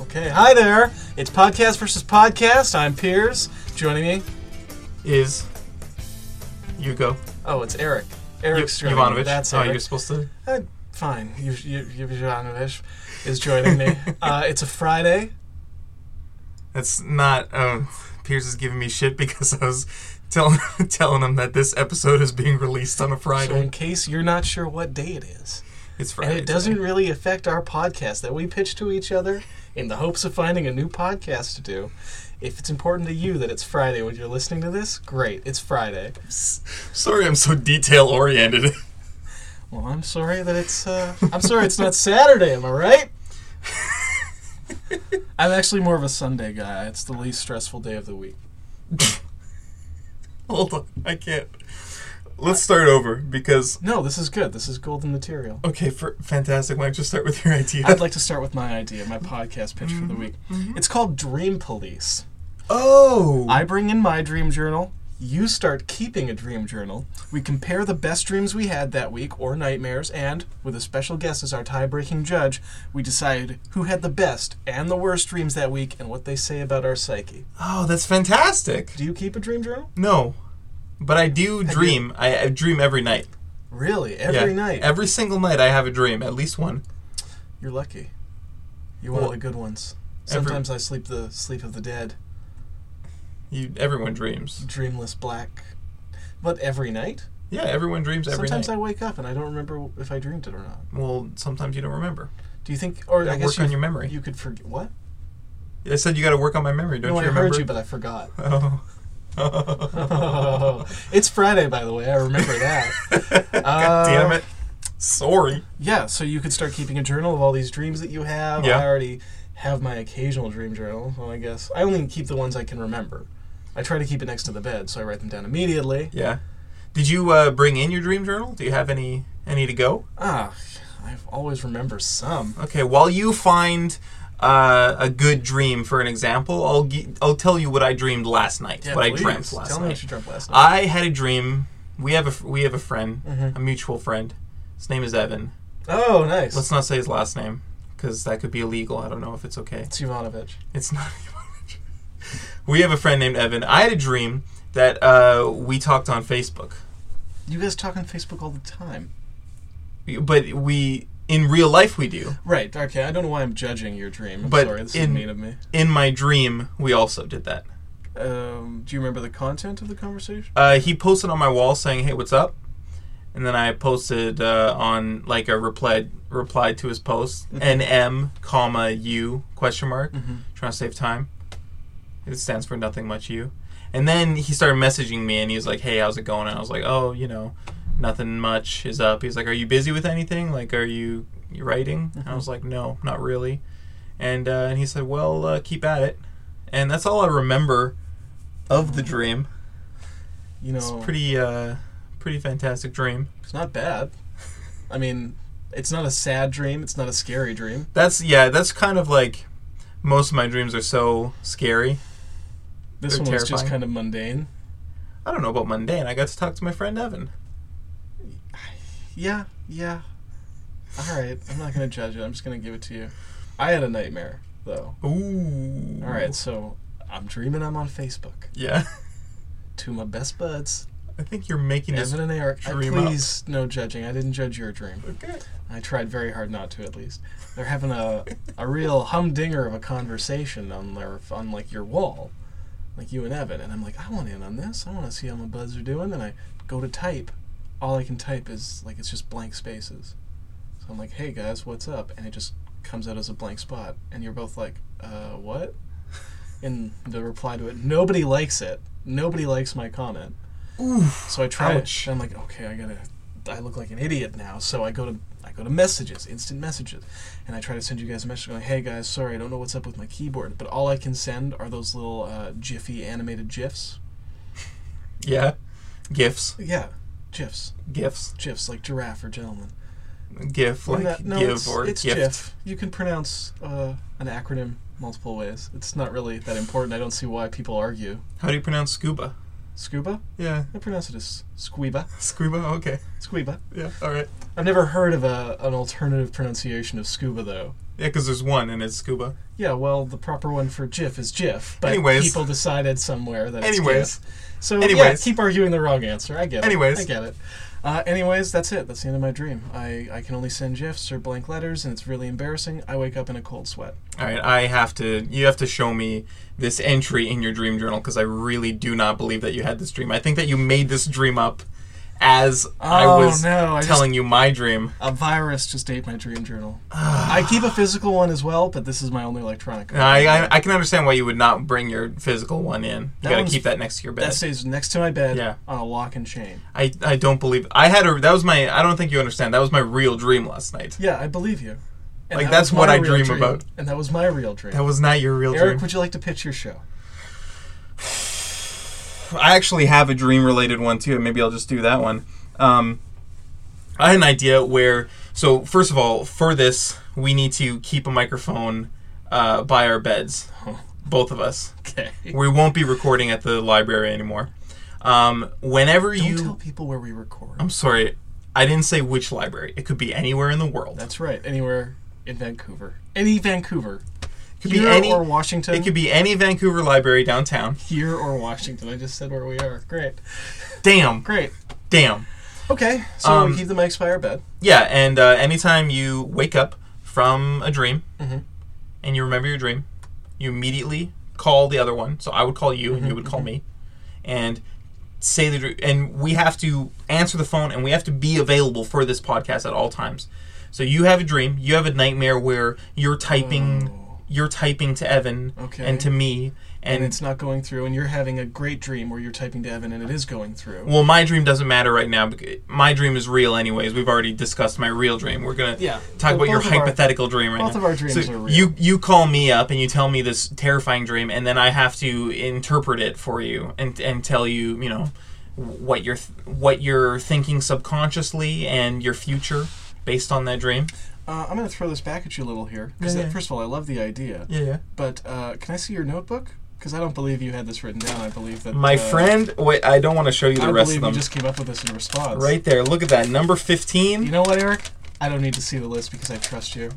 Okay, hi there. It's podcast versus podcast. I'm Piers. Joining me, Is you go oh, it's Eric. you, Eric's joining me. Ivanovic? That's oh, Eric. you're supposed to. Uh, fine. You, you, you, Ivanovic is joining me. uh, it's a Friday. That's not. Um, Piers is giving me shit because I was telling telling him that this episode is being released on a So in Friday. case you're not sure what day it is, It's Friday. and it doesn't today. really affect our podcast that we pitch to each other in the hopes of finding a new podcast to do. If it's important to you that it's Friday when you're listening to this, great. It's Friday. Sorry, I'm so detail oriented. Well, I'm sorry that it's. Uh, I'm sorry it's not Saturday. Am I right? I'm actually more of a Sunday guy. It's the least stressful day of the week. Hold on, I can't. Let's start over because No, this is good. This is golden material. okay, for, fantastic. Why don't you start with your idea? I'd like to start with my idea, my podcast pitch for the week. It's called Dream Police. oh, I bring in my dream journal. You start keeping a dream journal. We compare the best dreams we had that week or nightmares, and, with a special guest as our tie breaking judge, we decide who had the best and the worst dreams that week and what they say about our psyche. oh, that's fantastic. Do you keep a dream journal? No, but I do dream. I, I dream every night. Really? Every Yeah. night? Every single night, I have a dream, at least one. You're lucky. You're one Well, of the good ones. every- Sometimes I sleep the sleep of the dead, You, everyone dreams. dreamless black. But every night? Yeah, everyone dreams every Sometimes night. I wake up and I don't remember if I dreamed it or not. well, sometimes you don't remember. Do you think, or Yeah, I guess work on you- your memory. You could forget what? I said you got to work on my memory. Don't no, you I remember? heard you, but I forgot. oh. it's Friday, by the way. I remember that. God Uh, damn it. Sorry. yeah, so you could start keeping a journal of all these dreams that you have. Yeah. I already have my occasional dream journal. Well, I guess I only keep the ones I can remember. I try to keep it next to the bed, so I write them down immediately. Yeah. Did you uh, bring in your dream journal? Do you have any any to go? Ah, I always remember some. Okay. While you find uh, a good dream for an example, I'll gi- I'll tell you what I dreamed last night. what I please, dreamt last Tell me night. Uh, what you dreamt Mm-hmm. last night. I had a dream. We have a f- we have a friend, a mutual friend. His name is Evan. oh, nice. Let's not say his last name because that could be illegal. I don't know if it's okay. it's Ivanovich. It's not. we have a friend named Evan. I had a dream that uh, we talked on Facebook, You guys talk on Facebook all the time. but we in real life we do. Right, okay. I don't know why I'm judging your dream. I'm But sorry, this is in- mean of me. In my dream, we also did that. Um, do you remember the content of the conversation? Uh, he posted on my wall saying, "Hey, what's up?" And then I posted uh, on like a replied replied to his post, "NM, comma U question mark trying to save time. It stands for nothing much you. And then he started messaging me and he was like, "Hey, how's it going?" And I was like, "Oh, you know, nothing much is up." He's like, "Are you busy with anything? Like, are you you writing?" And I was like, "No, not really." And uh, and he said, "Well, uh, keep at it." And that's all I remember of the dream. You know, It's pretty uh pretty fantastic dream. It's not bad. I mean, it's not a sad dream. It's not a scary dream. That's yeah, that's kind of like most of my dreams are so scary. This They're one was just terrifying. kind of mundane. I don't know about mundane. I got to talk to my friend Evan. Yeah, yeah. All right. I'm not gonna judge it. I'm just gonna give it to you. I had a nightmare though. Ooh. All right. So I'm dreaming I'm on Facebook. Yeah. Two of my best buds, I think you're making this. Evan and Eric. I, dream up. please, no judging. I didn't judge your dream. Okay. I tried very hard not to, at least. They're having a, a real humdinger of a conversation on their on like your wall, like you and Evan. And I'm like, I want in on this. I want to see how my buds are doing. And I go to type. All I can type is like it's just blank spaces. So I'm like, hey guys, what's up? And it just comes out as a blank spot. And you're both like, uh, what? And the reply to it, nobody likes it. Nobody likes my comment. Oof. So I try Ouch. it. And I'm like, okay, I gotta. I look like an idiot now. So I go to I go to messages, instant messages, and I try to send you guys a message going, hey guys, sorry, I don't know what's up with my keyboard, but all I can send are those little uh, jiffy animated gifs. Yeah. Gifts. Yeah, gifs, Gifs. gifs like giraffe or gentleman. Gif like Not- no, give it's, or it's gift. GIF. You can pronounce uh, an acronym multiple ways. It's not really that important. I don't see why people argue. How do you pronounce scuba? Scuba? Yeah. I pronounce it as scuba. Scuba. Okay. Scuba. Yeah. All right. I've never heard of a, an alternative pronunciation of scuba though. Yeah, because there's one and it's scuba. Yeah, well, the proper one for GIF is GIF, but Anyways. people decided somewhere that it's Anyways. GIF. So yeah, Anyways. keep arguing the wrong answer. I get Anyways. it. I get it. Uh, anyways, that's it. That's the end of my dream. I, I can only send GIFs or blank letters, and it's really embarrassing. I wake up in a cold sweat. All right. I have to. You have to show me this entry in your dream journal because I really do not believe that you had this dream. I think that you made this dream up as I Oh, was no, I just- telling you my dream. A virus just ate my dream journal. I keep a physical one as well, but this is my only electronic. And I, I I can understand why you would not bring your physical one in. You That gotta one's- keep that next to your bed. that stays next to my bed Yeah. on a lock and chain. I, I don't believe I had a that was my I don't think you understand that was my real dream last night. Yeah, I believe you. And Like, that that's was what my I real dream about. And that was my real dream. That was not your real Eric, dream. would you like to pitch your show? I actually have a dream related one too. Maybe I'll just do that one. Um, I had an idea where so first of all for this we need to keep a microphone uh, by our beds, both of us. Okay. We won't be recording at the library anymore. Um, whenever Don't you, tell people where we record. I'm sorry, I didn't say which library. It could be anywhere in the world. That's right. Anywhere in Vancouver. Any Vancouver. could here be any. or Washington. It could be any Vancouver library downtown. here or Washington. I just said where we are. Great. Damn, Great. damn. Okay. So Um, we keep the mics by our bed. Yeah, and uh, anytime you wake up from a dream Mhm. and you remember your dream, you immediately call the other one. So I would call you, and Mm-hmm. you would call me, and say the dr- and we have to answer the phone, and we have to be available for this podcast at all times. So you have a dream, you have a nightmare where you're typing, Oh. you're typing to Evan Okay. and to me, And and, it's not going through, and you're having a great dream where you're typing to Evan and it is going through. Well, my dream doesn't matter right now. because My dream is real, anyways. We've already discussed my real dream. We're gonna Yeah. talk But about your both of our- hypothetical dream right both now. of our dreams So are real. You you call me up and you tell me this terrifying dream, and then I have to interpret it for you and and tell you you know what you're th- what you're thinking subconsciously and your future based on that dream. Uh, I'm going to throw this back at you a little here. Because, Yeah, yeah. first of all, I love the idea. Yeah. yeah. But uh, can I see your notebook? Because I don't believe you had this written down. I believe that. My uh, friend, wait, I don't want to show you I the don't rest believe of you them. just came up with this in response. Right there, look at that number fifteen. You know what, Eric? I don't need to see the list because I trust you.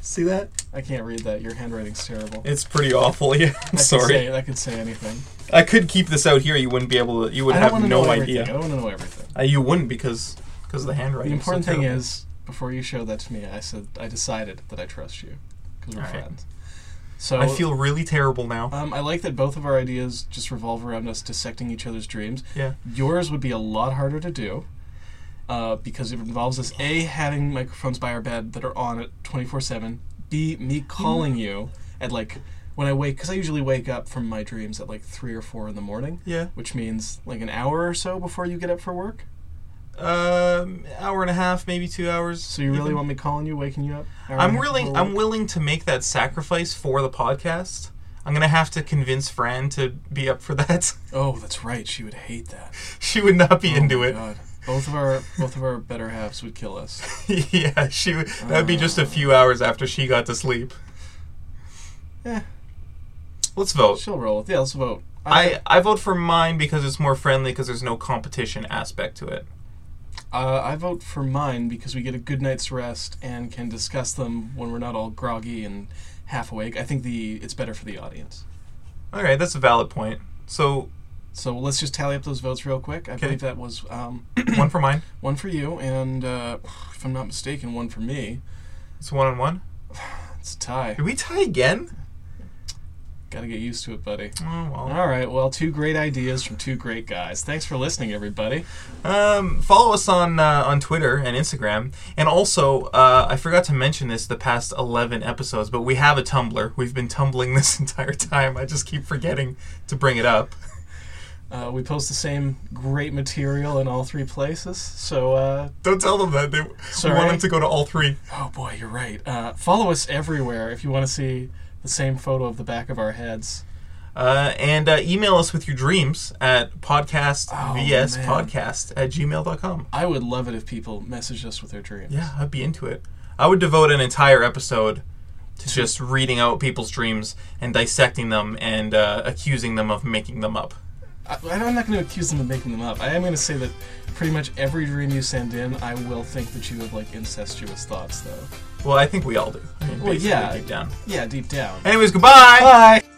See that? I can't read that. Your handwriting's terrible. It's pretty awful. Yeah, I'm I Could sorry. say, I could say anything. I could keep this out here. You wouldn't be able to. You would I don't have want to no know everything. I idea. don't want to know everything. Uh, you wouldn't because because of the handwriting. The is so important thing terrible. is, before you showed that to me, I said I decided that I trust you because we're All right. friends. So I feel really terrible now. Um, I like that both of our ideas just revolve around us dissecting each other's dreams. Yeah. Yours would be a lot harder to do uh, because it involves us A, having microphones by our bed that are on at 24 7, B, me calling you at like when I wake, because I usually wake up from my dreams at like 3 or 4 in the morning, Yeah. which means like an hour or so before you get up for work. Um, hour and a half, maybe two hours. So you really even. want me calling you, waking you up? hour and Mm-hmm. I'm a half willing. before I'm work? willing to make that sacrifice for the podcast. I'm gonna have to convince Fran to be up for that. Oh, that's right. She would hate that. she would not be Oh into my it. God. Both of our both of our better halves would kill us. yeah, she would. That would be just Uh. a few hours after she got to sleep. Eh. Let's vote. She'll roll with. Yeah, let's vote. I, I vote for mine because it's more friendly because there's no competition aspect to it. uh, I vote for mine because we get a good night's rest and can discuss them when we're not all groggy and half awake. I think the it's better for the audience. All right, that's a valid point. So So let's just tally up those votes real quick. I believe that was um, one for mine. one for you and, uh, if I'm not mistaken, one for me. It's one on one. It's a tie. Did we tie again? Got to get used to it, buddy. Oh All right. Well, two great ideas from two great guys. Thanks for listening, everybody. well. Um, follow us on uh, on Twitter and Instagram, and also uh, I forgot to mention this the past eleven episodes, but we have a Tumblr. We've been tumbling this entire time. I just keep forgetting to bring it up. Uh, we post the same great material in all three places. So uh, Don't tell them that. They, we Sorry. want them to go to all three. Oh boy, you're right. Uh, follow us everywhere if you want to see the same photo of the back of our heads. Uh, and uh, email us with your dreams at podcast Oh, vs man. podcast at gmail.com. I would love it if people messaged us with their dreams. Yeah, I'd be into it. I would devote an entire episode to just reading out people's dreams and dissecting them and uh, accusing them of making them up. I, I'm not going to accuse them of making them up. I am going to say that pretty much every dream you send in, I will think that you have like incestuous thoughts, though. Well, I think we all do. I mean, Well, basically, yeah. deep down. Yeah, deep down. Anyways, goodbye. Bye.